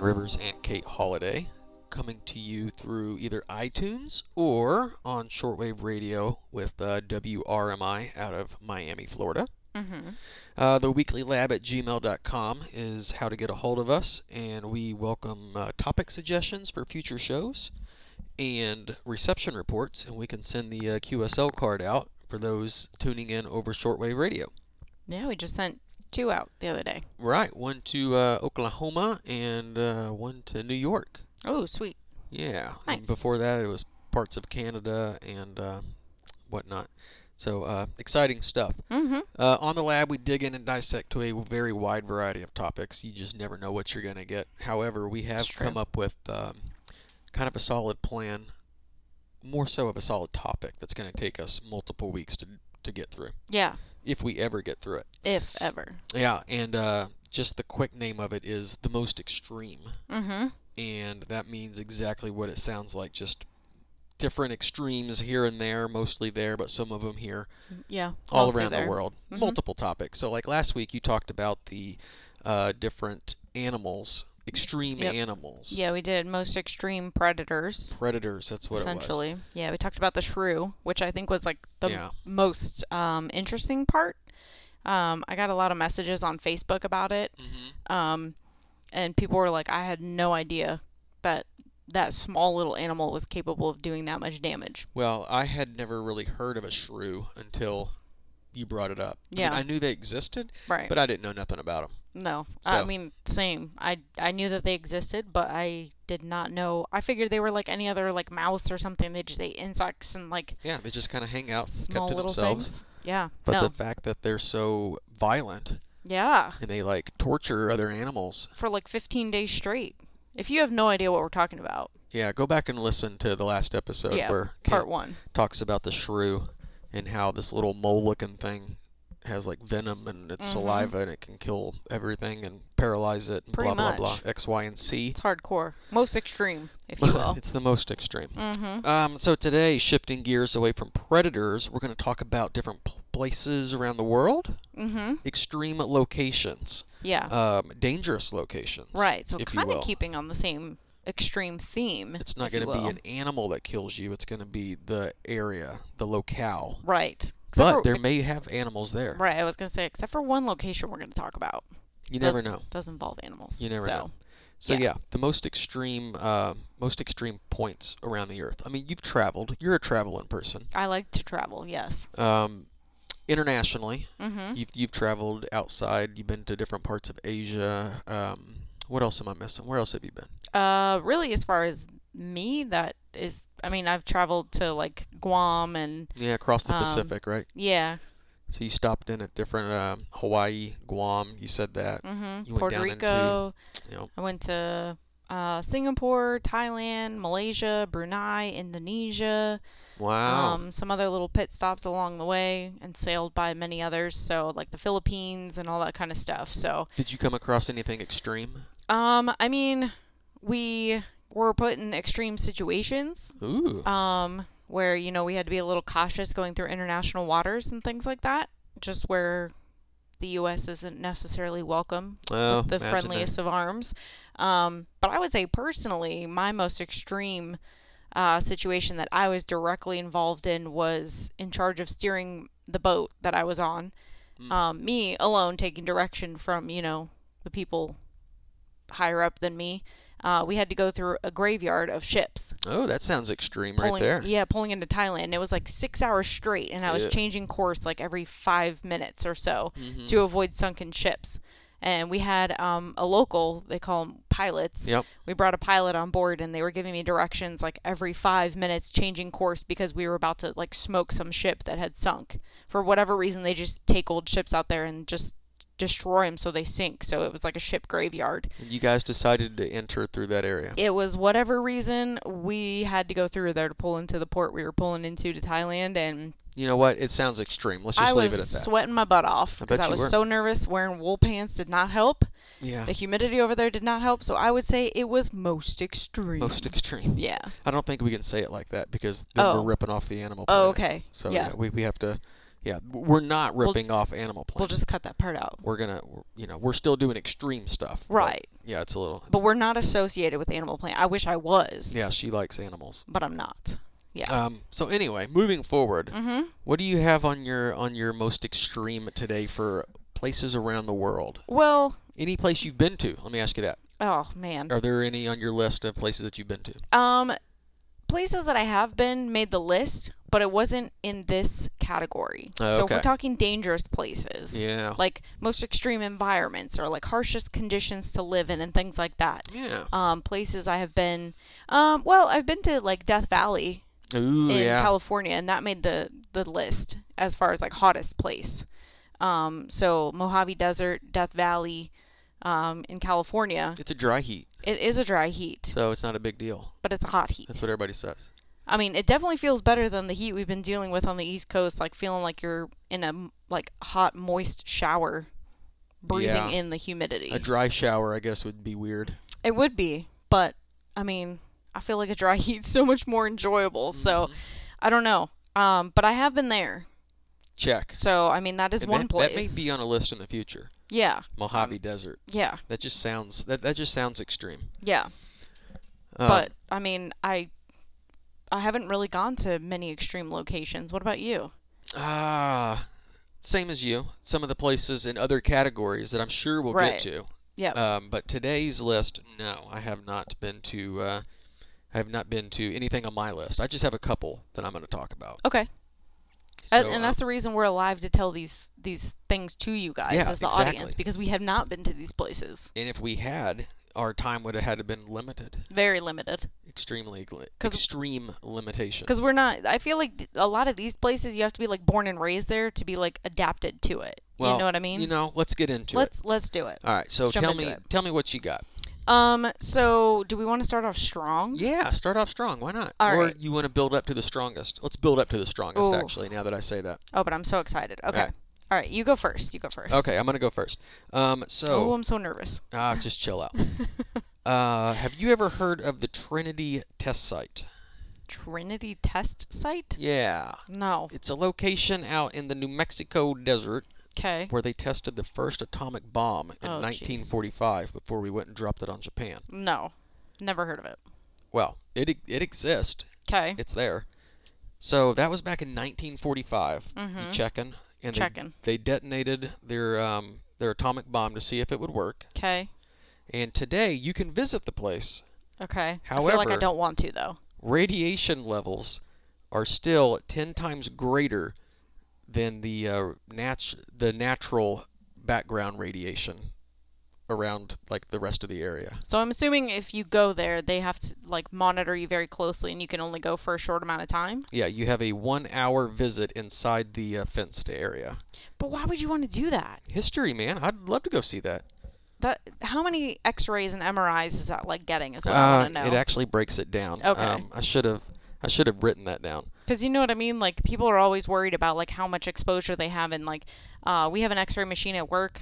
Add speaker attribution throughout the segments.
Speaker 1: Rivers and Kate Holiday, coming to you through either iTunes or on shortwave radio with uh, WRMI out of Miami, Florida.
Speaker 2: Mm-hmm.
Speaker 1: Uh, the weekly lab at gmail.com is how to get a hold of us, and we welcome uh, topic suggestions for future shows and reception reports, and we can send the uh, QSL card out for those tuning in over shortwave radio.
Speaker 2: Yeah, we just sent two out the other day.
Speaker 1: Right, one to uh, Oklahoma and uh, one to New York.
Speaker 2: Oh, sweet.
Speaker 1: Yeah, and
Speaker 2: Nice.
Speaker 1: before that, it was parts of Canada and uh, whatnot. So uh, exciting stuff.
Speaker 2: Mm-hmm.
Speaker 1: Uh, on the lab, we dig in and dissect to a very wide variety of topics. You just never know what you're going to get. However, we have
Speaker 2: It's true.
Speaker 1: come up with um, kind of a solid plan, more so of a solid topic that's going to take us multiple weeks to, to get through,
Speaker 2: Yeah,
Speaker 1: if we ever get through it.
Speaker 2: if ever.
Speaker 1: Yeah, and uh, just the quick name of it is The Most Extreme.
Speaker 2: Mm-hmm.
Speaker 1: And that means exactly what it sounds like just different extremes here and there, mostly there, but some of them here
Speaker 2: Yeah.
Speaker 1: all
Speaker 2: mostly
Speaker 1: around
Speaker 2: there.
Speaker 1: the world,
Speaker 2: Mhm.
Speaker 1: multiple topics. So, like last week, you talked about the uh, different animals, extreme
Speaker 2: Yep.
Speaker 1: animals,
Speaker 2: Yeah, we did most extreme predators.
Speaker 1: predators. That's what
Speaker 2: essentially, yeah, we talked about the shrew, which I think was like the
Speaker 1: Yeah.
Speaker 2: most um, interesting part. Um, I got a lot of messages on Facebook about it,
Speaker 1: it was. hmm
Speaker 2: um, and people were like, "I had no idea that that small little animal was capable of doing that much damage."
Speaker 1: Well, I had never really heard of a shrew until you brought it up. I mean,
Speaker 2: Yeah.
Speaker 1: I, knew they existed,
Speaker 2: Right?
Speaker 1: but I didn't know nothing about them.
Speaker 2: no, I
Speaker 1: So-
Speaker 2: mean, same. I I knew that they existed, but I did not know. I figured they were like any other like mouse or something. They just ate insects and like
Speaker 1: Yeah, they just kind of hang out,
Speaker 2: small
Speaker 1: kept to
Speaker 2: little
Speaker 1: themselves.
Speaker 2: things. Yeah.
Speaker 1: But
Speaker 2: no.
Speaker 1: the fact that they're so violent
Speaker 2: yeah.
Speaker 1: and they like torture other animals.
Speaker 2: for like 15 days straight. If you have no idea what we're talking about,
Speaker 1: Yeah, go back and listen to the last episode
Speaker 2: Yeah,
Speaker 1: where Kate
Speaker 2: part one.
Speaker 1: talks about the shrew and how this little mole looking thing has like venom and its
Speaker 2: Mhm.
Speaker 1: saliva and it can kill everything and paralyze it and
Speaker 2: Pretty
Speaker 1: blah
Speaker 2: much.
Speaker 1: blah blah x y and c
Speaker 2: It's hardcore, most extreme, if you will.
Speaker 1: it's the most extreme
Speaker 2: mm-hmm.
Speaker 1: um, so today shifting gears away from predators we're going to talk about different pl- places around the world
Speaker 2: Mm-hmm.
Speaker 1: extreme locations
Speaker 2: Yeah.
Speaker 1: um, dangerous locations
Speaker 2: right. So
Speaker 1: if you
Speaker 2: kind
Speaker 1: will.
Speaker 2: of keeping on the same extreme theme.
Speaker 1: it's not
Speaker 2: if you
Speaker 1: going to be
Speaker 2: will.
Speaker 1: an animal that kills you it's going to be the area the locale
Speaker 2: right. Except
Speaker 1: but
Speaker 2: for-
Speaker 1: there may have animals there
Speaker 2: Right. I was gonna say, except for one location we're gonna talk about.
Speaker 1: you never
Speaker 2: does,
Speaker 1: know
Speaker 2: Does involve animals.
Speaker 1: You never
Speaker 2: so.
Speaker 1: know. So yeah.
Speaker 2: Yeah.
Speaker 1: the most extreme, uh, most extreme points around the Earth. I mean, you've traveled. You're a traveling person.
Speaker 2: I like to travel. Yes.
Speaker 1: Um, internationally,
Speaker 2: Mm-hmm.
Speaker 1: you've you've traveled outside. You've been to different parts of Asia. Um, what else am I missing? Where else have you been?
Speaker 2: Uh, really, as far as me, that is. I mean, I've traveled to like Guam and
Speaker 1: Yeah, across the
Speaker 2: Um,
Speaker 1: Pacific, right?
Speaker 2: yeah.
Speaker 1: So you stopped in at different um, Hawaii, Guam. You said that.
Speaker 2: Mm-hmm.
Speaker 1: You went
Speaker 2: Puerto
Speaker 1: down into-
Speaker 2: Rico.
Speaker 1: You know,
Speaker 2: I went to uh, Singapore, Thailand, Malaysia, Brunei, Indonesia,
Speaker 1: wow.
Speaker 2: um, some other little pit stops along the way, and sailed by many others. So like the Philippines and all that kind of stuff. So
Speaker 1: Did you come across anything extreme?
Speaker 2: um, I mean, we were put in extreme situations
Speaker 1: Ooh.
Speaker 2: um, where you know we had to be a little cautious going through international waters and things like that, just where the U.S. isn't necessarily welcome
Speaker 1: oh,
Speaker 2: with the
Speaker 1: imagine that.
Speaker 2: friendliest of arms. Um, but I would say personally, my most extreme uh, situation that I was directly involved in was in charge of steering the boat that I was on.
Speaker 1: Mm.
Speaker 2: Um, me alone taking direction from, you know, the people higher up than me. Uh, we had to go through a graveyard of ships.
Speaker 1: Oh, that sounds extreme
Speaker 2: Pulling,
Speaker 1: right there.
Speaker 2: Yeah, pulling into Thailand. It was like six hours straight, and I was
Speaker 1: Yeah.
Speaker 2: changing course like every five minutes or so
Speaker 1: Mhm.
Speaker 2: to avoid sunken ships. And we had um, a local, they call 'em pilots.
Speaker 1: Yep.
Speaker 2: We brought a pilot on board, and they were giving me directions like every five minutes, changing course because we were about to like smoke some ship that had sunk. For whatever reason, they just take old ships out there and just destroy them so they sink. So it was like a ship graveyard.
Speaker 1: And you guys decided to enter through that area.
Speaker 2: It was whatever reason we had to go through there to pull into the port we were pulling into to Thailand, and
Speaker 1: You know what? It sounds extreme. Let's just
Speaker 2: I was
Speaker 1: leave it at that.
Speaker 2: sweating my butt off
Speaker 1: I
Speaker 2: because
Speaker 1: bet
Speaker 2: I
Speaker 1: you
Speaker 2: was
Speaker 1: were. Ah.
Speaker 2: so nervous. Wearing wool pants did not help.
Speaker 1: yeah.
Speaker 2: The humidity over there did not help, so I would say it was most extreme.
Speaker 1: Most extreme.
Speaker 2: Yeah.
Speaker 1: I don't think we can say it like that because then
Speaker 2: Oh.
Speaker 1: we're ripping off the animal.
Speaker 2: Oh,
Speaker 1: planet.
Speaker 2: okay.
Speaker 1: So
Speaker 2: yeah.
Speaker 1: we, we have to Yeah, we're not ripping off Animal Planet.
Speaker 2: We'll just cut that part out.
Speaker 1: we're gonna, we're- you know, we're still doing extreme stuff. but
Speaker 2: Right.
Speaker 1: yeah, it's a little.
Speaker 2: But we're not associated with Animal Planet. I wish I was,
Speaker 1: yeah, she likes animals.
Speaker 2: but I'm not. Yeah.
Speaker 1: Um. So anyway, moving forward,
Speaker 2: mm-hmm.
Speaker 1: what do you have on your on your most extreme today for places around the world?
Speaker 2: Well,
Speaker 1: Any place you've been to? Let me ask you that.
Speaker 2: oh man.
Speaker 1: Are there any on your list of places that you've been to?
Speaker 2: Um, places that I have been made the list, but it wasn't in this category.
Speaker 1: Oh,
Speaker 2: So if we're
Speaker 1: okay.
Speaker 2: talking dangerous places,
Speaker 1: Yeah.
Speaker 2: like most extreme environments or like harshest conditions to live in and things like that.
Speaker 1: yeah.
Speaker 2: Um, places I have been, um, well, I've been to like Death Valley
Speaker 1: Ooh,
Speaker 2: in
Speaker 1: yeah.
Speaker 2: California, and that made the the list as far as like hottest place. Um, so Mojave Desert, Death Valley, um, in California,
Speaker 1: it's a dry heat,
Speaker 2: it is a dry heat,
Speaker 1: so it's not a big deal.
Speaker 2: but it's a hot heat.
Speaker 1: That's what everybody says.
Speaker 2: I mean, it definitely feels better than the heat we've been dealing with on the East Coast, like feeling like you're in a m- like hot, moist shower, breathing
Speaker 1: Yeah.
Speaker 2: in the humidity.
Speaker 1: A dry shower, I guess, would be weird.
Speaker 2: it would be, but I mean, I feel like a dry heat's so much more enjoyable. So
Speaker 1: Mhm.
Speaker 2: I don't know. Um, but I have been there,
Speaker 1: check.
Speaker 2: so I mean, that is
Speaker 1: And
Speaker 2: one
Speaker 1: that,
Speaker 2: place. Um,
Speaker 1: that may be on a list in the future.
Speaker 2: Yeah,
Speaker 1: Mojave Desert.
Speaker 2: yeah,
Speaker 1: That just sounds that that just sounds extreme.
Speaker 2: yeah.
Speaker 1: Um,
Speaker 2: but I mean, I. I haven't really gone to many extreme locations. What about you?
Speaker 1: ah, same as you. Some of the places in other categories that I'm sure we'll
Speaker 2: Right.
Speaker 1: get to.
Speaker 2: Yep.
Speaker 1: Um, but today's list, no, I have not been to. Uh, I have not been to anything on my list. I just have a couple that I'm going to talk about.
Speaker 2: Okay.
Speaker 1: So,
Speaker 2: Uh, and,
Speaker 1: um,
Speaker 2: and that's the reason we're alive to tell these these things to you guys
Speaker 1: Yeah,
Speaker 2: as the audience
Speaker 1: exactly.
Speaker 2: because we have not been to these places.
Speaker 1: and if we had, our time would have had to been limited,
Speaker 2: Very limited
Speaker 1: extremely gli-
Speaker 2: 'Cause-
Speaker 1: extreme limitation.
Speaker 2: because we're not. I feel like th- a lot of these places you have to be like born and raised there to be like adapted to it.
Speaker 1: Well,
Speaker 2: you know what I mean?
Speaker 1: You know, let's get into
Speaker 2: let's
Speaker 1: it.
Speaker 2: let's do it.
Speaker 1: All right, so
Speaker 2: jump
Speaker 1: tell
Speaker 2: into
Speaker 1: me,
Speaker 2: it.
Speaker 1: tell me what you got.
Speaker 2: Um. So do we want to start off strong?
Speaker 1: Yeah, start off strong. Why not?
Speaker 2: Mm-hmm. All
Speaker 1: or
Speaker 2: right.
Speaker 1: you want to build up to the strongest? Let's build up to the strongest.
Speaker 2: Ooh.
Speaker 1: Actually, now that I say that.
Speaker 2: Oh, but I'm so excited. Okay.
Speaker 1: right.
Speaker 2: All right, you go first. You go first.
Speaker 1: Okay, I'm gonna go first. Um,
Speaker 2: Oh,
Speaker 1: so
Speaker 2: I'm so nervous.
Speaker 1: ah, just chill out. Uh, have you ever heard of the Trinity test site?
Speaker 2: Trinity Test Site?
Speaker 1: Yeah.
Speaker 2: No.
Speaker 1: It's a location out in the New Mexico desert
Speaker 2: Okay.
Speaker 1: where they tested the first atomic bomb in
Speaker 2: Oh, jeez.
Speaker 1: 1945 before we went and dropped it on Japan.
Speaker 2: No. Never heard of it.
Speaker 1: Well, it e- it exists.
Speaker 2: Okay.
Speaker 1: It's there. So that was back in 1945.
Speaker 2: Mhm.
Speaker 1: You checking? And they-
Speaker 2: Checking.
Speaker 1: They, detonated their um, their atomic bomb to see if it would work.
Speaker 2: Okay.
Speaker 1: And today you can visit the place.
Speaker 2: Okay. I feel like I
Speaker 1: However-
Speaker 2: don't want to though.
Speaker 1: radiation levels are still 10 times greater than the uh, nat- the natural background radiation around like the rest of the area.
Speaker 2: So I'm assuming if you go there, they have to like monitor you very closely, and you can only go for a short amount of time.
Speaker 1: Yeah, you have a 1-hour visit inside the uh, fenced area.
Speaker 2: But why would you want to do that?
Speaker 1: History, man. I'd love to go see that.
Speaker 2: That how many X-rays and MRIs is that like getting? Is what I
Speaker 1: Uh,
Speaker 2: want to
Speaker 1: it
Speaker 2: know.
Speaker 1: actually breaks it down.
Speaker 2: Okay.
Speaker 1: Um, I should have I should have written that down.
Speaker 2: Because you know what I mean. Like people are always worried about like how much exposure they have, and like uh, we have an X-ray machine at work.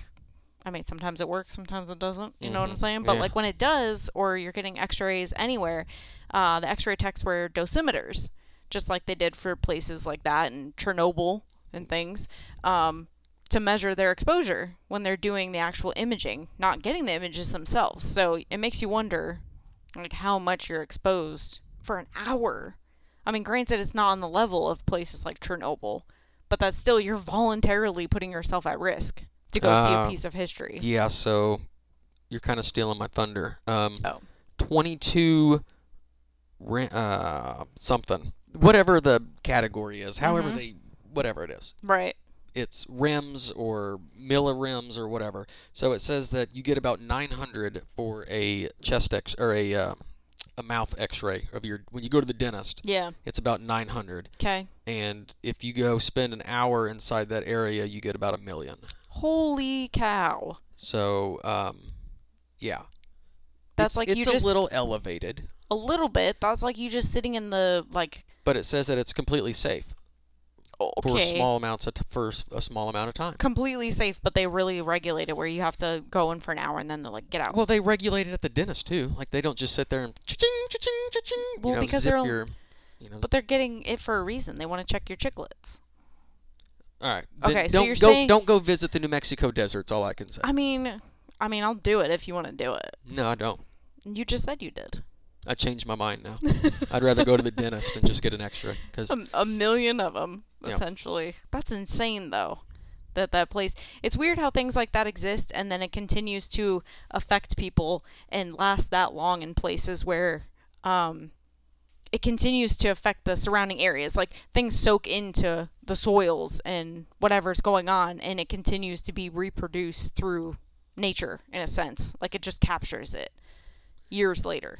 Speaker 2: I mean, sometimes it works, sometimes it doesn't. You know what I'm
Speaker 1: Mhm,
Speaker 2: saying? But
Speaker 1: yeah.
Speaker 2: like when it does, or you're getting X-rays anywhere, uh, the X-ray techs wear dosimeters, just like they did for places like that and Chernobyl and things, um, to measure their exposure when they're doing the actual imaging, not getting the images themselves. So it makes you wonder, like how much you're exposed for an hour. I mean, granted, it's not on the level of places like Chernobyl, but that's still you're voluntarily putting yourself at risk to go see a
Speaker 1: Uh,
Speaker 2: piece of history.
Speaker 1: Yeah, so you're kind of stealing my thunder. Um,
Speaker 2: Oh.
Speaker 1: 22 ra- uh, something. Whatever the category is, however
Speaker 2: Mhm.
Speaker 1: they, whatever it is.
Speaker 2: Right.
Speaker 1: It's rims or millirims or whatever. So it says that you get about 900 for a chest x or a uh, a mouth x-ray of your when you go to the dentist.
Speaker 2: Yeah.
Speaker 1: It's about 900,
Speaker 2: Okay.
Speaker 1: and if you go spend an hour inside that area, you get about a million.
Speaker 2: Holy cow.
Speaker 1: So, um, yeah.
Speaker 2: That's
Speaker 1: It's-
Speaker 2: like
Speaker 1: it's
Speaker 2: you
Speaker 1: a
Speaker 2: just-
Speaker 1: little elevated,
Speaker 2: A little bit. That's like you just sitting in the like.
Speaker 1: but it says that it's completely safe for
Speaker 2: Okay.
Speaker 1: small amounts of t- for s- a small amount of time.
Speaker 2: Completely safe, but they really regulate it where you have to go in for an hour and then they like get out.
Speaker 1: Well, they regulate it at the dentist too. Like they don't just sit there and cha-ching, cha-ching, cha-ching, you
Speaker 2: Well,
Speaker 1: know,
Speaker 2: because
Speaker 1: zip
Speaker 2: they're al-
Speaker 1: your, you know,
Speaker 2: but they're getting it for a reason. They want to check your chicklets.
Speaker 1: All right. Then
Speaker 2: Okay, so
Speaker 1: don't
Speaker 2: you're
Speaker 1: go
Speaker 2: saying-
Speaker 1: don't go visit the New Mexico desert's all I can say.
Speaker 2: I mean, I mean, I'll do it if you want to do it.
Speaker 1: no, I don't.
Speaker 2: You just said you did.
Speaker 1: I changed my mind now. I'd rather go to the dentist and just get an x-ray cuz
Speaker 2: a, a million of them
Speaker 1: Yeah.
Speaker 2: essentially. That's insane though. That that place. It's weird how things like that exist and then it continues to affect people and last that long in places where um it continues to affect the surrounding areas. Like things soak into the soils and whatever's going on and it continues to be reproduced through nature in a sense. Like it just captures it years later.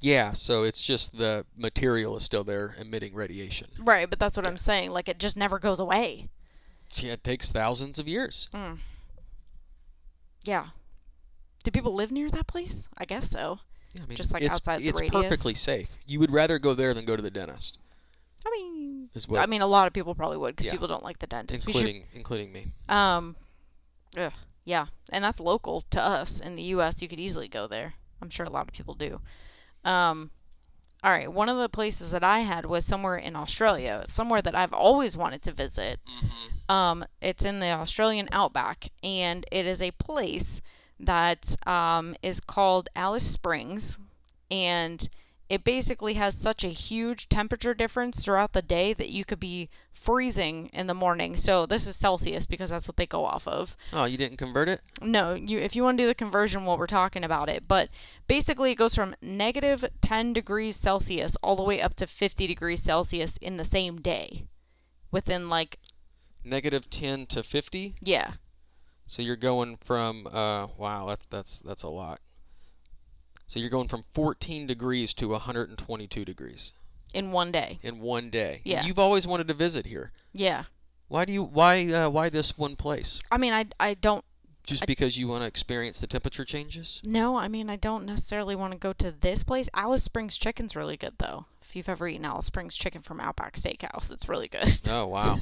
Speaker 1: yeah, so it's just the material is still there emitting radiation.
Speaker 2: Right, but that's what I'm saying. Like it just never goes away.
Speaker 1: Yeah, it takes thousands of years.
Speaker 2: Mm. Yeah. Do people live near that place? I guess so.
Speaker 1: Yeah, I mean,
Speaker 2: Just, like,
Speaker 1: it's,
Speaker 2: outside the
Speaker 1: it's
Speaker 2: radius.
Speaker 1: perfectly safe. You would rather go there than go to the dentist,
Speaker 2: I mean,
Speaker 1: is what
Speaker 2: I mean, a lot of people probably would because
Speaker 1: Yeah.
Speaker 2: people don't like the dentist. We should-
Speaker 1: including including me.
Speaker 2: um, ugh, yeah, and that's local to us in the U.S. You could easily go there. I'm sure a lot of people do. Um, all right, one of the places that I had was somewhere in Australia. It's somewhere that I've always wanted to visit. Um, it's in the Australian outback, and it is a place that um, is called Alice Springs, and it basically has such a huge temperature difference throughout the day that you could be freezing in the morning. So this is Celsius because that's what they go off of.
Speaker 1: Oh, you didn't convert it?
Speaker 2: No, you if you want to do the conversion while we're talking about it, but basically it goes from negative 10 degrees Celsius all the way up to 50 degrees Celsius in the same day within like
Speaker 1: Negative ten to fifty.
Speaker 2: yeah
Speaker 1: So you're going from uh, wow, that's that's that's a lot. So you're going from 14 degrees to 122 degrees
Speaker 2: in one day
Speaker 1: in one day.
Speaker 2: Yeah.
Speaker 1: You've always wanted to visit here.
Speaker 2: yeah
Speaker 1: Why do you why uh, why this one place?
Speaker 2: I mean, I, I don't
Speaker 1: Just
Speaker 2: I-
Speaker 1: because you want to experience the temperature changes?
Speaker 2: no. I mean, I don't necessarily want to go to this place. Alice Springs chicken's really good though. If you've ever eaten Alice Springs chicken from Outback Steakhouse, it's really good.
Speaker 1: Oh wow.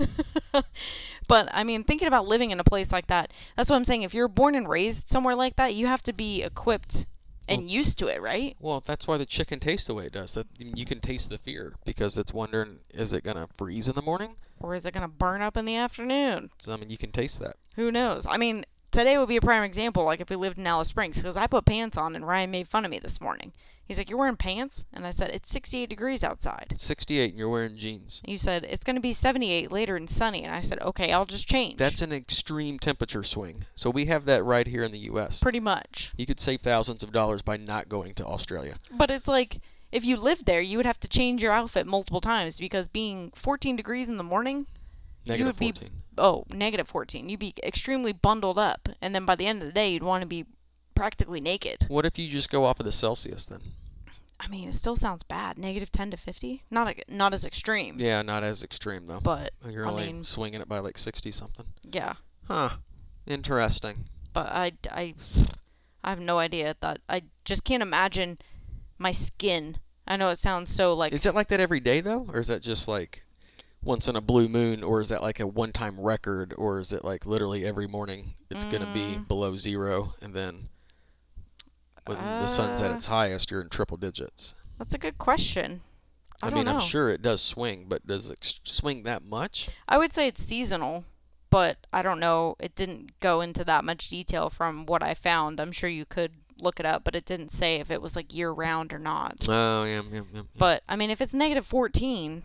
Speaker 2: but I mean, thinking about living in a place like that, that's what I'm saying. If you're born and raised somewhere like that, you have to be equipped and used to it, right?
Speaker 1: well, that's why the chicken tastes the way it does. That you can taste the fear because it's wondering is it gonna freeze in the morning?
Speaker 2: Or is it going to burn up in the afternoon?
Speaker 1: So, I mean, you can taste that.
Speaker 2: Who knows? I mean, today would be a prime example, like if we lived in Alice Springs, because I put pants on and Ryan made fun of me this morning. He's like, You're wearing pants? And I said, It's 68 degrees outside.
Speaker 1: 68 and you're wearing jeans.
Speaker 2: You said it's going to be 78 later and sunny, and I said, okay, I'll just change.
Speaker 1: That's an extreme temperature swing. So we have that right here in the U.S.
Speaker 2: pretty much.
Speaker 1: You could save thousands of dollars by not going to Australia.
Speaker 2: But it's like if you lived there, you would have to change your outfit multiple times because being 14 degrees in the morning,
Speaker 1: Negative
Speaker 2: would be-
Speaker 1: 14.
Speaker 2: oh, negative 14, you'd be extremely bundled up, and then by the end of the day, you'd want to be practically naked.
Speaker 1: What if you just go off of the Celsius then?
Speaker 2: I mean, it still sounds bad. Negative 10 to 50, not a, not as extreme,
Speaker 1: Yeah, not as extreme though. Oh,
Speaker 2: but
Speaker 1: You're
Speaker 2: I
Speaker 1: only
Speaker 2: mean-
Speaker 1: swinging it by like 60 something.
Speaker 2: yeah.
Speaker 1: Huh. Interesting.
Speaker 2: but I, I, I have no idea that I just can't imagine my skin. I know it sounds so like
Speaker 1: Is it like that every day though, or is that just like once in a blue moon, or is that like a one-time record, or is it like literally every morning it's gonna be
Speaker 2: Mm.
Speaker 1: below zero, and then when the sun's at
Speaker 2: Uh,
Speaker 1: its highest, you're in triple digits.
Speaker 2: that's a good question. I,
Speaker 1: I,
Speaker 2: don't
Speaker 1: mean,
Speaker 2: know.
Speaker 1: I'm sure it does swing, but does it s- swing that much?
Speaker 2: I would say it's seasonal, but I don't know. It didn't go into that much detail from what I found. I'm sure you could look it up, but it didn't say if it was like year round or not.
Speaker 1: Oh yeah, yeah, yeah.
Speaker 2: But I mean, if it's negative 14,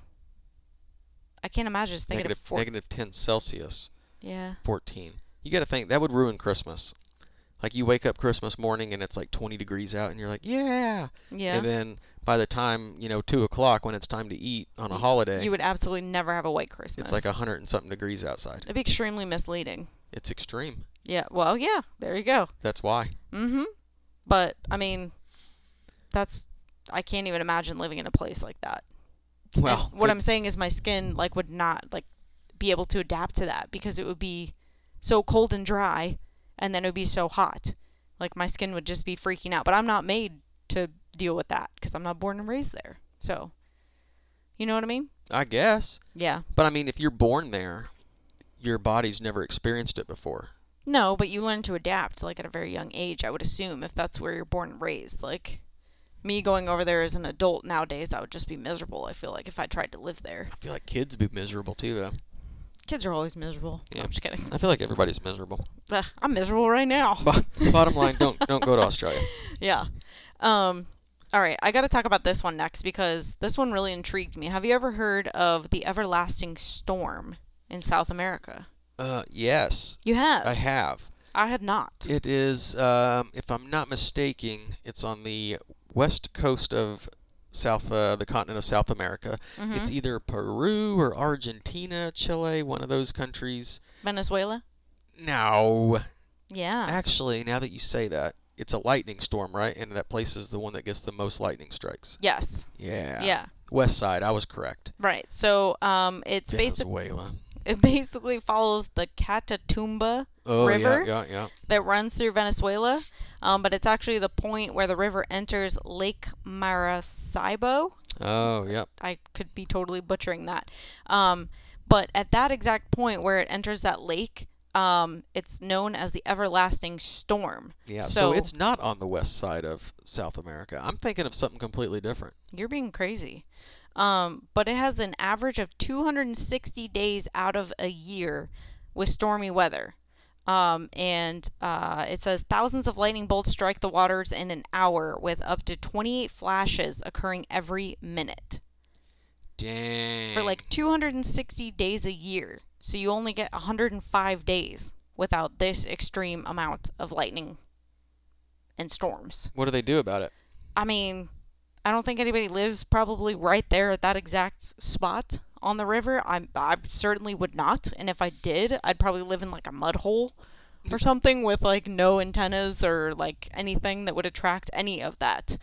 Speaker 2: I can't imagine it's negative,
Speaker 1: negative
Speaker 2: four.
Speaker 1: negative 10 Celsius,
Speaker 2: Yeah.
Speaker 1: 14. You got to think that would ruin Christmas. Like you wake up Christmas morning and it's like 20 degrees out, and you're like, yeah.
Speaker 2: Yeah.
Speaker 1: And then by the time you know two o'clock when it's time to eat on a holiday,
Speaker 2: you would absolutely never have a white Christmas.
Speaker 1: it's like a hundred and something degrees outside.
Speaker 2: It'd be extremely misleading.
Speaker 1: It's extreme.
Speaker 2: Yeah, well, yeah, there you go.
Speaker 1: That's why.
Speaker 2: Mm-hmm. But I mean, that's I can't even imagine living in a place like that. And
Speaker 1: Well,
Speaker 2: what
Speaker 1: good-
Speaker 2: I'm saying is my skin like would not like be able to adapt to that because it would be so cold and dry, and then it would be so hot. Like my skin would just be freaking out. But I'm not made to deal with that because I'm not born and raised there. So, you know what I mean?
Speaker 1: I guess.
Speaker 2: Yeah.
Speaker 1: But I mean, if you're born there, your body's never experienced it before.
Speaker 2: No, but you learn to adapt like at a very young age, I would assume, if that's where you're born and raised. Like me going over there as an adult nowadays, I would just be miserable, I feel like, if I tried to live there.
Speaker 1: I feel like kids be miserable too, though.
Speaker 2: Kids are always miserable. No,
Speaker 1: Yeah.
Speaker 2: I'm just kidding.
Speaker 1: I feel like everybody's miserable.
Speaker 2: Ugh, I'm miserable right now.
Speaker 1: Bo- bottom line, don't don't go to Australia.
Speaker 2: Yeah. Um all right, I got to talk about this one next because this one really intrigued me. Have you ever heard of the everlasting storm in South America?
Speaker 1: Uh, yes,
Speaker 2: You have.
Speaker 1: I have.
Speaker 2: I had not.
Speaker 1: It is, um, if I'm not mistaken, it's on the west coast of South, uh, the continent of South America.
Speaker 2: hmm
Speaker 1: It's either Peru or Argentina, Chile, one of those countries.
Speaker 2: Venezuela?
Speaker 1: No,
Speaker 2: Yeah.
Speaker 1: actually, now that you say that, it's a lightning storm, right? And that place is the one that gets the most lightning strikes.
Speaker 2: yes.
Speaker 1: Yeah.
Speaker 2: Yeah.
Speaker 1: West side, I was correct.
Speaker 2: Right. So, um it's basic
Speaker 1: Venezuela.
Speaker 2: it basically follows the Catatumba
Speaker 1: Oh
Speaker 2: River?
Speaker 1: yeah, yeah, yeah.
Speaker 2: that runs through Venezuela. Um, but it's actually the point where the river enters Lake Maracaibo.
Speaker 1: Oh, yep.
Speaker 2: I could be totally butchering that. Um, but at that exact point where it enters that lake, um, it's known as the everlasting storm.
Speaker 1: Yeah. So,
Speaker 2: So-
Speaker 1: it's not on the west side of South America. I'm thinking of something completely different.
Speaker 2: You're being crazy. Um, but it has an average of 260 days out of a year with stormy weather. Um, and uh, it says thousands of lightning bolts strike the waters in an hour, with up to 28 flashes occurring every minute
Speaker 1: Dang.
Speaker 2: for like 260 days a year. So you only get 105 days without this extreme amount of lightning and storms.
Speaker 1: What do they do about it?
Speaker 2: I mean, I don't think anybody lives probably right there at that exact spot on the river. I I certainly would not, and if I did, I'd probably live in like a mud hole or something with like no antennas or like anything that would attract any of that.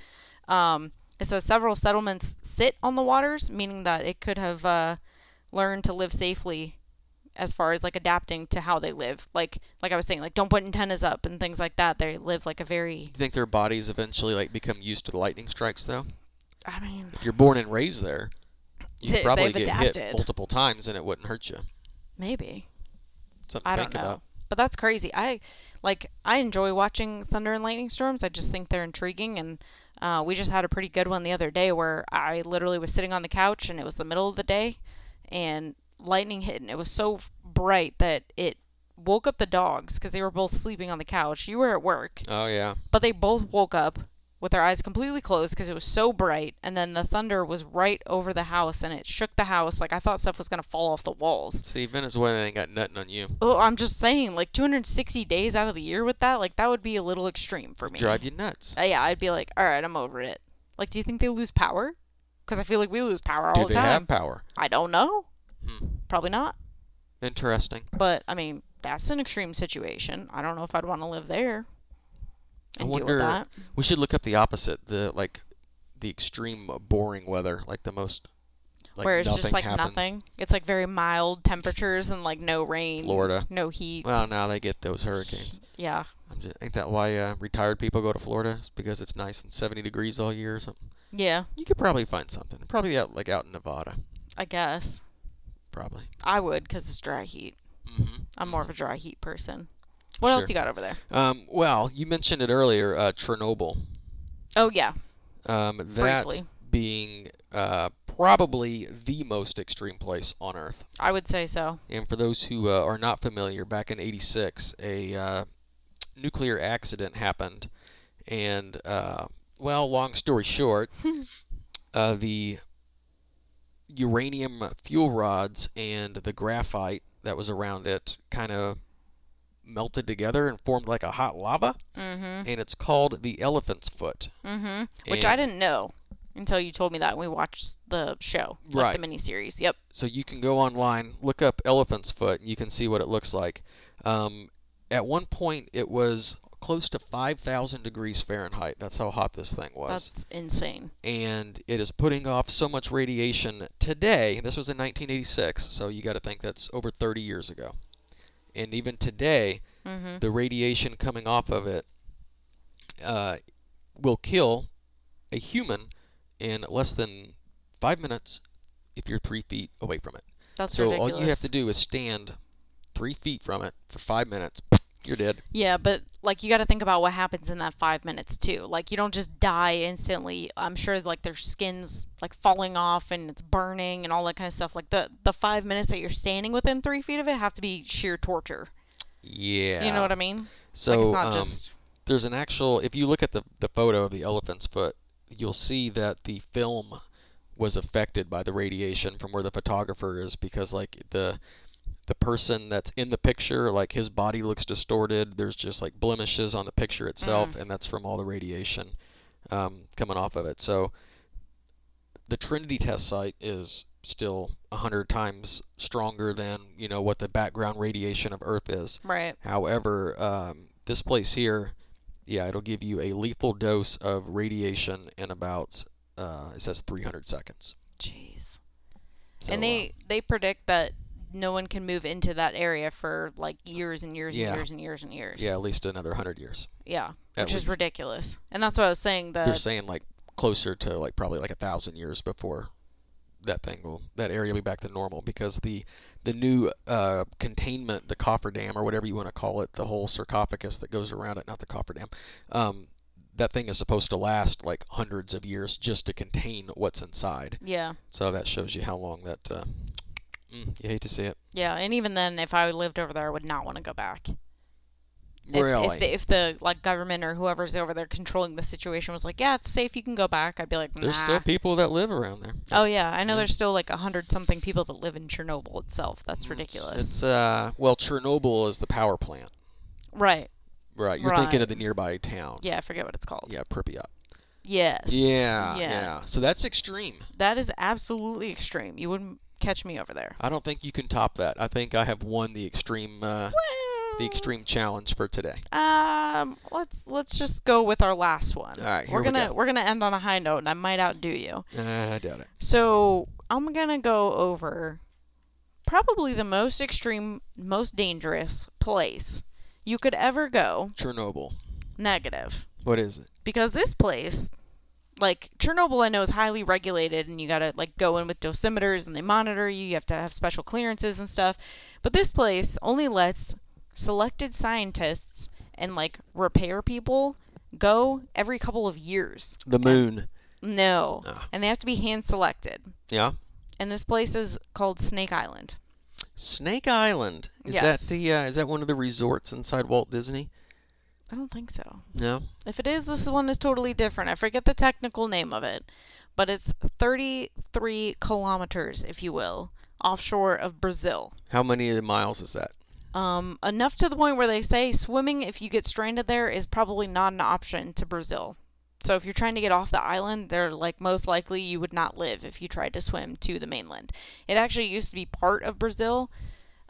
Speaker 2: Um, it says several settlements sit on the waters, meaning that it could have uh, learned to live safely as far as like adapting to how they live. Like like I was saying, like don't put antennas up and things like that. They live like a very
Speaker 1: You think their bodies eventually like become used to the lightning strikes though?
Speaker 2: I mean
Speaker 1: If you're born and raised there, you
Speaker 2: They-
Speaker 1: probably
Speaker 2: they've
Speaker 1: get hit
Speaker 2: adapted.
Speaker 1: multiple times and it wouldn't hurt you.
Speaker 2: maybe.
Speaker 1: Something
Speaker 2: I
Speaker 1: to
Speaker 2: don't
Speaker 1: think
Speaker 2: know.
Speaker 1: about.
Speaker 2: But that's crazy. I like I enjoy watching thunder and lightning storms. I just think they're intriguing and uh, we just had a pretty good one the other day where I literally was sitting on the couch and it was the middle of the day and lightning hit and it was so f- bright that it woke up the dogs because they were both sleeping on the couch. You were at work,
Speaker 1: Oh yeah.
Speaker 2: but they both woke up with their eyes completely closed because it was so bright and then the thunder was right over the house and it shook the house like I thought stuff was going to fall off the walls.
Speaker 1: See, Venezuela ain't got nothing on you.
Speaker 2: Oh, I'm just saying, like 260 days out of the year with that, like that would be a little extreme for me.
Speaker 1: Drive you nuts.
Speaker 2: Uh, yeah, I'd be like, all right, I'm over it. Like, do you think they lose power? Because I feel like we lose power all
Speaker 1: do
Speaker 2: the
Speaker 1: they
Speaker 2: time.
Speaker 1: have power?
Speaker 2: I don't know.
Speaker 1: Hmm.
Speaker 2: Probably not.
Speaker 1: Interesting.
Speaker 2: But I mean, that's an extreme situation. I don't know if I'd want to live there.
Speaker 1: I
Speaker 2: And deal
Speaker 1: wonder-
Speaker 2: with that.
Speaker 1: We should look up the opposite, the like the extreme uh, boring weather, like the most like
Speaker 2: Where it's
Speaker 1: nothing
Speaker 2: just like
Speaker 1: happens.
Speaker 2: nothing. It's like very mild temperatures and like no rain,
Speaker 1: Florida.
Speaker 2: no heat.
Speaker 1: Well, now they get those hurricanes.
Speaker 2: yeah.
Speaker 1: I'm just, ain't that why uh, retired people go to Florida? It's because it's nice and 70 degrees all year or something.
Speaker 2: Yeah,
Speaker 1: You could probably find something. Probably out like out in Nevada,
Speaker 2: I guess.
Speaker 1: probably.
Speaker 2: I would because it's dry heat.
Speaker 1: Mm-hmm.
Speaker 2: I'm more of a dry heat person. What
Speaker 1: Sure.
Speaker 2: else you got over there?
Speaker 1: Um, well, you mentioned it earlier, uh, Chernobyl.
Speaker 2: Oh yeah,
Speaker 1: Um, that
Speaker 2: Briefly.
Speaker 1: being uh, probably the most extreme place on Earth.
Speaker 2: I would say so.
Speaker 1: And for those who uh, are not familiar, back in '86, a uh, nuclear accident happened, and uh, well, long story short, uh, the uranium fuel rods and the graphite that was around it kind of melted together and formed like a hot lava,
Speaker 2: Mm-hmm.
Speaker 1: and it's called the elephant's foot.
Speaker 2: Mm-hmm. Which I
Speaker 1: And-
Speaker 2: didn't know until you told me that when we watched the show, like
Speaker 1: Right.
Speaker 2: the miniseries. Yep.
Speaker 1: so you can go online, look up elephant's foot, and you can see what it looks like. Um, at one point, it was close to 5,000 degrees Fahrenheit. That's how hot this thing was.
Speaker 2: That's insane.
Speaker 1: And it is putting off so much radiation today. This was in 1986, so you got to think that's over 30 years ago. And even today,
Speaker 2: Mm-hmm.
Speaker 1: the radiation coming off of it uh, will kill a human in less than five minutes if you're three feet away from it.
Speaker 2: That's
Speaker 1: So
Speaker 2: ridiculous.
Speaker 1: all you have to do is stand three feet from it for five minutes. You're dead.
Speaker 2: Yeah, but like you got to think about what happens in that five minutes too. Like you don't just die instantly. I'm sure like their skins like falling off and it's burning and all that kind of stuff. Like the the five minutes that you're standing within three feet of it have to be sheer torture.
Speaker 1: Yeah.
Speaker 2: You know what I mean? like
Speaker 1: So
Speaker 2: it's not
Speaker 1: um,
Speaker 2: just
Speaker 1: there's an actual. If you look at the the photo of the elephant's foot, you'll see that the film was affected by the radiation from where the photographer is because like the the person that's in the picture like his body looks distorted there's just like blemishes on the picture itself and that's from all the radiation um, coming off of it so the trinity test site is still 100 times stronger than you know what the background radiation of earth is
Speaker 2: right.
Speaker 1: However, um, this place here, yeah, it'll give you a lethal dose of radiation in about uh, it says 300 seconds.
Speaker 2: Jeez.
Speaker 1: So, uh,
Speaker 2: and they they predict that no one can move into that area for like years and years
Speaker 1: Yeah.
Speaker 2: and years and years and years.
Speaker 1: uh, yeah, at least another 100 years.
Speaker 2: Yeah.
Speaker 1: At
Speaker 2: Which is
Speaker 1: least.
Speaker 2: ridiculous. And that's what I was saying.
Speaker 1: They're
Speaker 2: The
Speaker 1: saying like closer to like probably like a thousand years before that thing will that area will be back to normal because the the new uh, containment, the cofferdam or whatever you want to call it, the whole sarcophagus that goes around it, not the cofferdam. Um, that thing is supposed to last like hundreds of years just to contain what's inside.
Speaker 2: yeah.
Speaker 1: So that shows you how long that. Uh, mm, you hate to see it.
Speaker 2: Yeah, and even then, if I lived over there, I would not want to go back. If,
Speaker 1: Really?
Speaker 2: If the, if the like government or whoever's over there controlling the situation was like, yeah, it's safe, you can go back. I'd be like, nah.
Speaker 1: There's still people that live around there.
Speaker 2: oh yeah, I know
Speaker 1: Yeah.
Speaker 2: there's still like a hundred something people that live in Chernobyl itself. That's
Speaker 1: It's-
Speaker 2: ridiculous.
Speaker 1: It's, uh well, Chernobyl is the power plant,
Speaker 2: right?
Speaker 1: right? You're thinking of the nearby town.
Speaker 2: Yeah, I forget what it's called.
Speaker 1: Yeah, Pripyat.
Speaker 2: Yes.
Speaker 1: Yeah,
Speaker 2: Yeah.
Speaker 1: yeah. So that's extreme.
Speaker 2: That is absolutely extreme. You wouldn't catch me over there.
Speaker 1: I don't think you can top that. I think I have won the extreme uh, the
Speaker 2: Well,
Speaker 1: extreme challenge for today.
Speaker 2: Um, let's let's just go with our last one.
Speaker 1: All right, here
Speaker 2: we're
Speaker 1: we
Speaker 2: gonna
Speaker 1: go.
Speaker 2: we're gonna end on a high note, and I might outdo you.
Speaker 1: Uh, I doubt it.
Speaker 2: So I'm gonna go over probably the most extreme, most dangerous place you could ever go.
Speaker 1: Chernobyl.
Speaker 2: Negative,
Speaker 1: What is it?
Speaker 2: because this place, like Chernobyl, I know is highly regulated, and you gotta like go in with dosimeters, and they monitor you. You have to have special clearances and stuff. But this place only lets selected scientists and like repair people go every couple of years.
Speaker 1: The moon.
Speaker 2: No,
Speaker 1: Ah.
Speaker 2: and they have to be hand selected
Speaker 1: Yeah.
Speaker 2: and this place is called Snake Island.
Speaker 1: Snake Island. Is that
Speaker 2: Yes.
Speaker 1: the uh, is that one of the resorts inside Walt Disney?
Speaker 2: I don't think so.
Speaker 1: No.
Speaker 2: If it is, this one is totally different. I forget the technical name of it, but it's 33 kilometers, if you will, offshore of Brazil.
Speaker 1: How many miles is that?
Speaker 2: Um, enough to the point where they say swimming, if you get stranded there, is probably not an option to Brazil. So if you're trying to get off the island, they're like most likely you would not live if you tried to swim to the mainland. It actually used to be part of Brazil,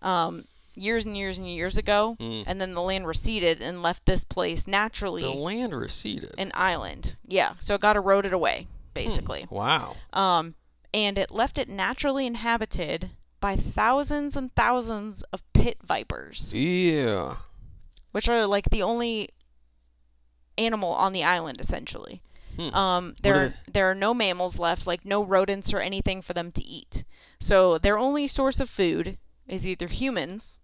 Speaker 2: um, years and years and years ago,
Speaker 1: Mm.
Speaker 2: and then the land receded and left this place naturally
Speaker 1: The land receded. Hmm.
Speaker 2: an island. Yeah, so it got eroded away basically.
Speaker 1: Wow.
Speaker 2: Um, and it left it naturally inhabited by thousands and thousands of pit vipers
Speaker 1: Yeah.
Speaker 2: which are like the only animal on the island essentially.
Speaker 1: Hmm.
Speaker 2: Um, there
Speaker 1: are
Speaker 2: are, there are no mammals left, like no rodents or anything for them to eat. So their only source of food is either humans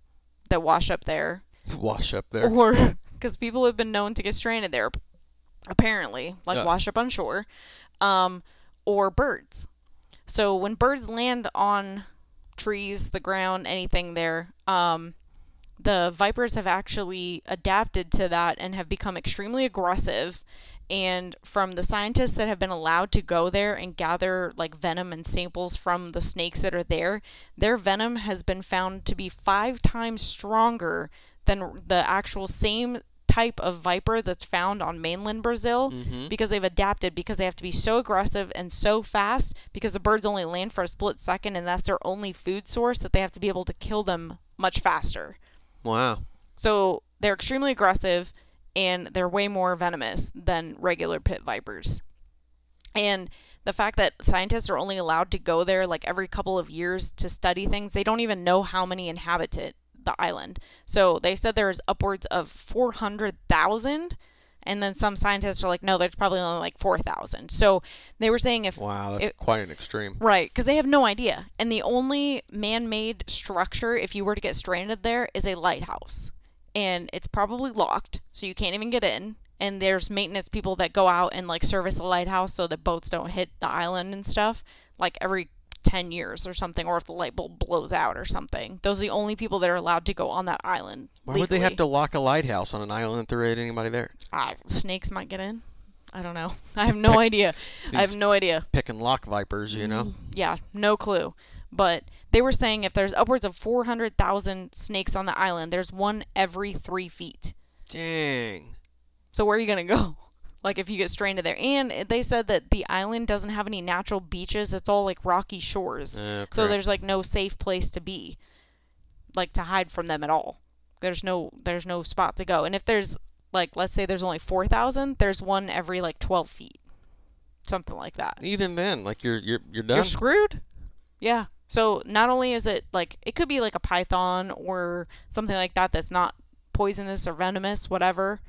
Speaker 2: that wash up there,
Speaker 1: Wash up there.
Speaker 2: or because people have been known to get stranded there, apparently, like
Speaker 1: Yeah.
Speaker 2: wash up on shore, um, or birds. So when birds land on trees, the ground, anything there, um, the vipers have actually adapted to that and have become extremely aggressive. And from the scientists that have been allowed to go there and gather like venom and samples from the snakes that are there, their venom has been found to be five times stronger than r- the actual same type of viper that's found on mainland Brazil
Speaker 1: hmm
Speaker 2: because they've adapted because they have to be so aggressive and so fast because the birds only land for a split second and that's their only food source that they have to be able to kill them much faster.
Speaker 1: Wow.
Speaker 2: So they're extremely aggressive and they're way more venomous than regular pit vipers. And the fact that scientists are only allowed to go there like every couple of years to study things, they don't even know how many inhabit it, the island. So they said there's upwards of 400,000. And then some scientists are like, no, there's probably only like 4,000. So they were saying if
Speaker 1: Wow. That's
Speaker 2: It-
Speaker 1: quite an extreme.
Speaker 2: Right, because they have no idea. And the only man made structure, if you were to get stranded there, is a lighthouse. and it's probably locked, so you can't even get in. And there's maintenance people that go out and like service the lighthouse so that boats don't hit the island and stuff, like every 10 years or something, or if the light bulb blows out or something. Those are the only people that are allowed to go on that island.
Speaker 1: Why would they
Speaker 2: legally.
Speaker 1: have to lock a lighthouse on an island if there ain't anybody there?
Speaker 2: I, snakes might get in. I don't know. I have no idea. I have
Speaker 1: These
Speaker 2: no idea.
Speaker 1: pick and lock vipers, you know?
Speaker 2: Mm, Yeah, no clue. But they were saying if there's upwards of 400,000 snakes on the island, there's one every three feet.
Speaker 1: Dang.
Speaker 2: So where are you going to go? Like if you get stranded there. And it- they said that the island doesn't have any natural beaches, it's all like rocky shores.
Speaker 1: Oh,
Speaker 2: So
Speaker 1: crap.
Speaker 2: there's like no safe place to be, like to hide from them at all. There's no there's no spot to go. And if there's like let's say there's only four thousand, there's one every like twelve feet, something like that.
Speaker 1: Even then, like you're you're you're
Speaker 2: You're
Speaker 1: done.
Speaker 2: screwed. Yeah. So not only is it like it could be like a python or something like that that's not poisonous or venomous, whatever,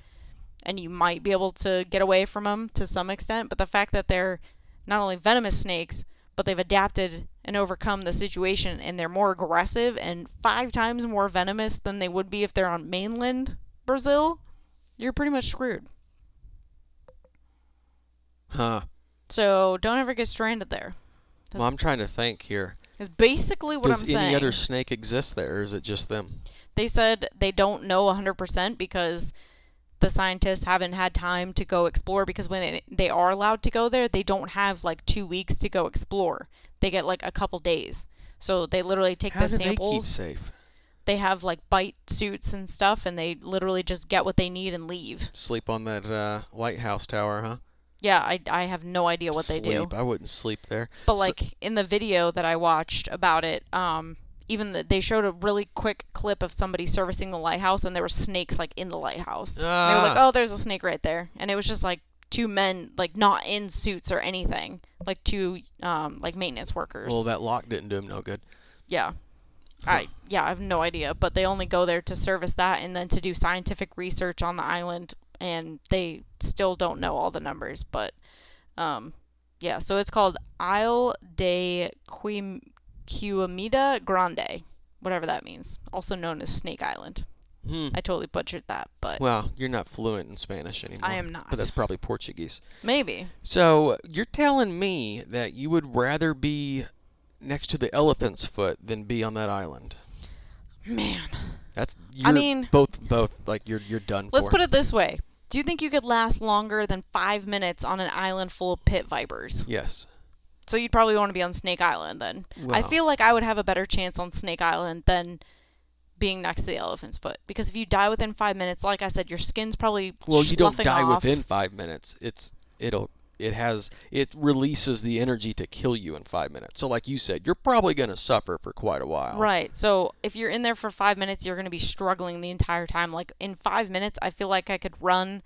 Speaker 2: and you might be able to get away from them to some extent. But the fact that they're not only venomous snakes, but they've adapted and overcome the situation, and they're more aggressive and five times more venomous than they would be if they're on mainland Brazil. You're pretty much screwed.
Speaker 1: huh.
Speaker 2: So don't ever get stranded there.
Speaker 1: Well, I'm trying to think here.
Speaker 2: Is basically what
Speaker 1: Does
Speaker 2: I'm
Speaker 1: any
Speaker 2: saying.
Speaker 1: other snake exist there, or is it just them?
Speaker 2: they said they don't know 100% because the scientists haven't had time to go explore because when they, they are allowed to go there they don't have like two weeks to go explore they get like a couple days so they literally take
Speaker 1: How
Speaker 2: the
Speaker 1: do they keep
Speaker 2: samples
Speaker 1: safe?
Speaker 2: they have like bite suits and stuff and they literally just get what they need and leave
Speaker 1: Sleep on that uh, lighthouse tower, huh?
Speaker 2: yeah i, I have no idea what
Speaker 1: sleep.
Speaker 2: they do
Speaker 1: I wouldn't sleep there.
Speaker 2: But
Speaker 1: So-
Speaker 2: like in the video that I watched about it, um, even the, they showed a really quick clip of somebody servicing the lighthouse, and there were snakes like in the lighthouse. And they were like,
Speaker 1: Ah.
Speaker 2: "Oh, there's a snake right there," and it was just like two men, like not in suits or anything, like two um, like maintenance workers.
Speaker 1: Well, that lock didn't do him no good.
Speaker 2: yeah. I yeah, I have no idea, but they only go there to service that and then to do scientific research on the island and they still don't know all the numbers, but um yeah, so it's called Isle de Quim- Cuamida Grande, whatever that means, also known as Snake Island.
Speaker 1: Hmm.
Speaker 2: I totally butchered that, but
Speaker 1: Well, you're not fluent in Spanish anymore.
Speaker 2: am not.
Speaker 1: But that's probably Portuguese.
Speaker 2: maybe.
Speaker 1: So you're telling me that you would rather be next to the elephant's foot than be on that island?
Speaker 2: Man.
Speaker 1: That's
Speaker 2: I
Speaker 1: you're
Speaker 2: mean-
Speaker 1: both both like you're you're done
Speaker 2: Let's
Speaker 1: for.
Speaker 2: put it this way. Do you think you could last longer than 5 minutes on an island full of pit vipers?
Speaker 1: yes.
Speaker 2: So you'd probably want to be on Snake Island then. I
Speaker 1: Well.
Speaker 2: feel like I would have a better chance on Snake Island than being next to the elephant's foot because if you die within five minutes, like I said, your skin's probably
Speaker 1: Well, you don't
Speaker 2: sloughing
Speaker 1: die
Speaker 2: off.
Speaker 1: within five minutes. It's it'll it has it releases the energy to kill you in five minutes. So like you said, you're probably gonna suffer for quite a while.
Speaker 2: Right. So if you're in there for five minutes, you're going to be struggling the entire time. Like in five minutes, I feel like I could run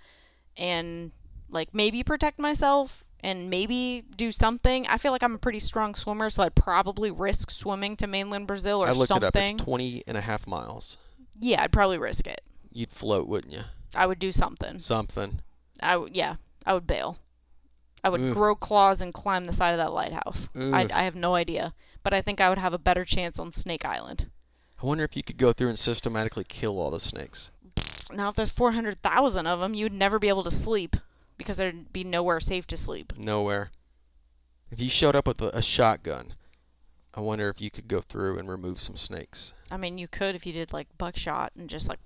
Speaker 2: and like maybe protect myself and maybe do something. I feel like I'm a pretty strong swimmer, so I'd probably risk swimming to mainland Brazil or
Speaker 1: I looked it up.
Speaker 2: something.
Speaker 1: It's 20 and a half miles.
Speaker 2: yeah, I'd probably risk it.
Speaker 1: You'd float, wouldn't you?
Speaker 2: I would do something.
Speaker 1: Something.
Speaker 2: I w- yeah, I would bail. I would
Speaker 1: Oof.
Speaker 2: grow claws and climb the side of that lighthouse. I,
Speaker 1: Oof.
Speaker 2: I have no idea, but I think I would have a better chance on Snake Island.
Speaker 1: I wonder if you could go through and systematically kill all the snakes.
Speaker 2: Now, if there's 400,000 of them, you'd never be able to sleep because there'd be nowhere safe to sleep.
Speaker 1: Nowhere. If you showed up with a, a shotgun, I wonder if you could go through and remove some snakes.
Speaker 2: I mean, you could if you did like buckshot and just like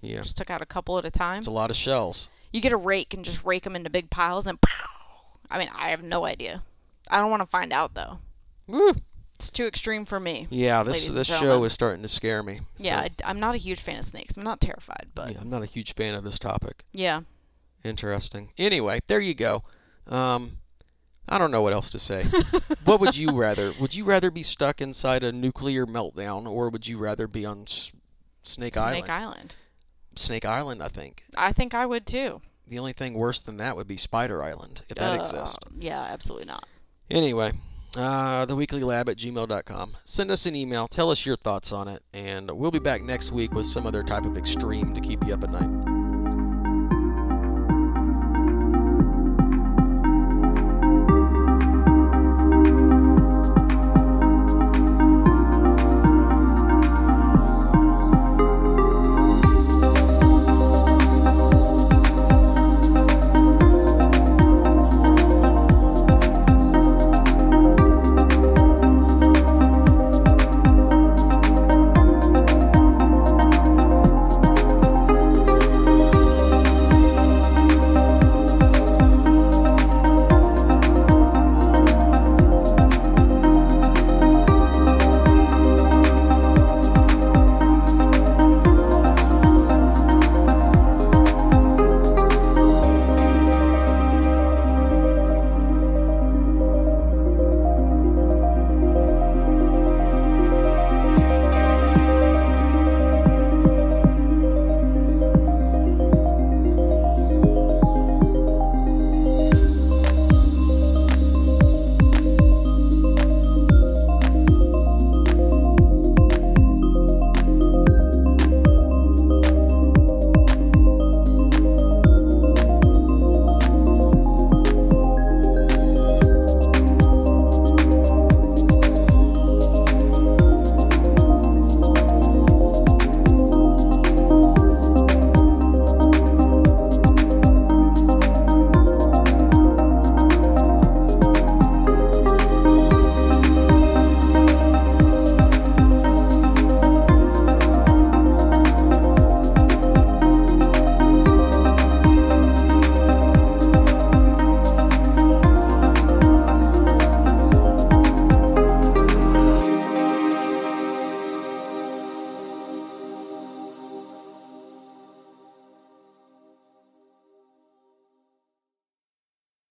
Speaker 1: Yeah.
Speaker 2: just took out a couple at a time.
Speaker 1: It's a lot of shells.
Speaker 2: You get a rake and just rake them into big piles and I mean, I have no idea. I don't want to find out though.
Speaker 1: Woo!
Speaker 2: It's too extreme for me.
Speaker 1: Yeah, this
Speaker 2: Ladies and
Speaker 1: this show
Speaker 2: gentlemen.
Speaker 1: is starting to scare me.
Speaker 2: Yeah,
Speaker 1: so-
Speaker 2: I, am not a huge fan of snakes. I'm not terrified, but
Speaker 1: yeah, I'm not a huge fan of this topic.
Speaker 2: yeah.
Speaker 1: Interesting. Anyway, there you go. Um, I don't know what else to say. what would you rather? Would you rather be stuck inside a nuclear meltdown, or would you rather be on S- Snake, Island?
Speaker 2: Snake Island.
Speaker 1: Snake Island, I think.
Speaker 2: I think I would too.
Speaker 1: The only thing worse than that would be Spider Island, if that
Speaker 2: Uh,
Speaker 1: exists.
Speaker 2: Yeah, absolutely not.
Speaker 1: Anyway, uh, theweeklylab at gmail.com. Send us an email, tell us your thoughts on it, and we'll be back next week with some other type of extreme to keep you up at night.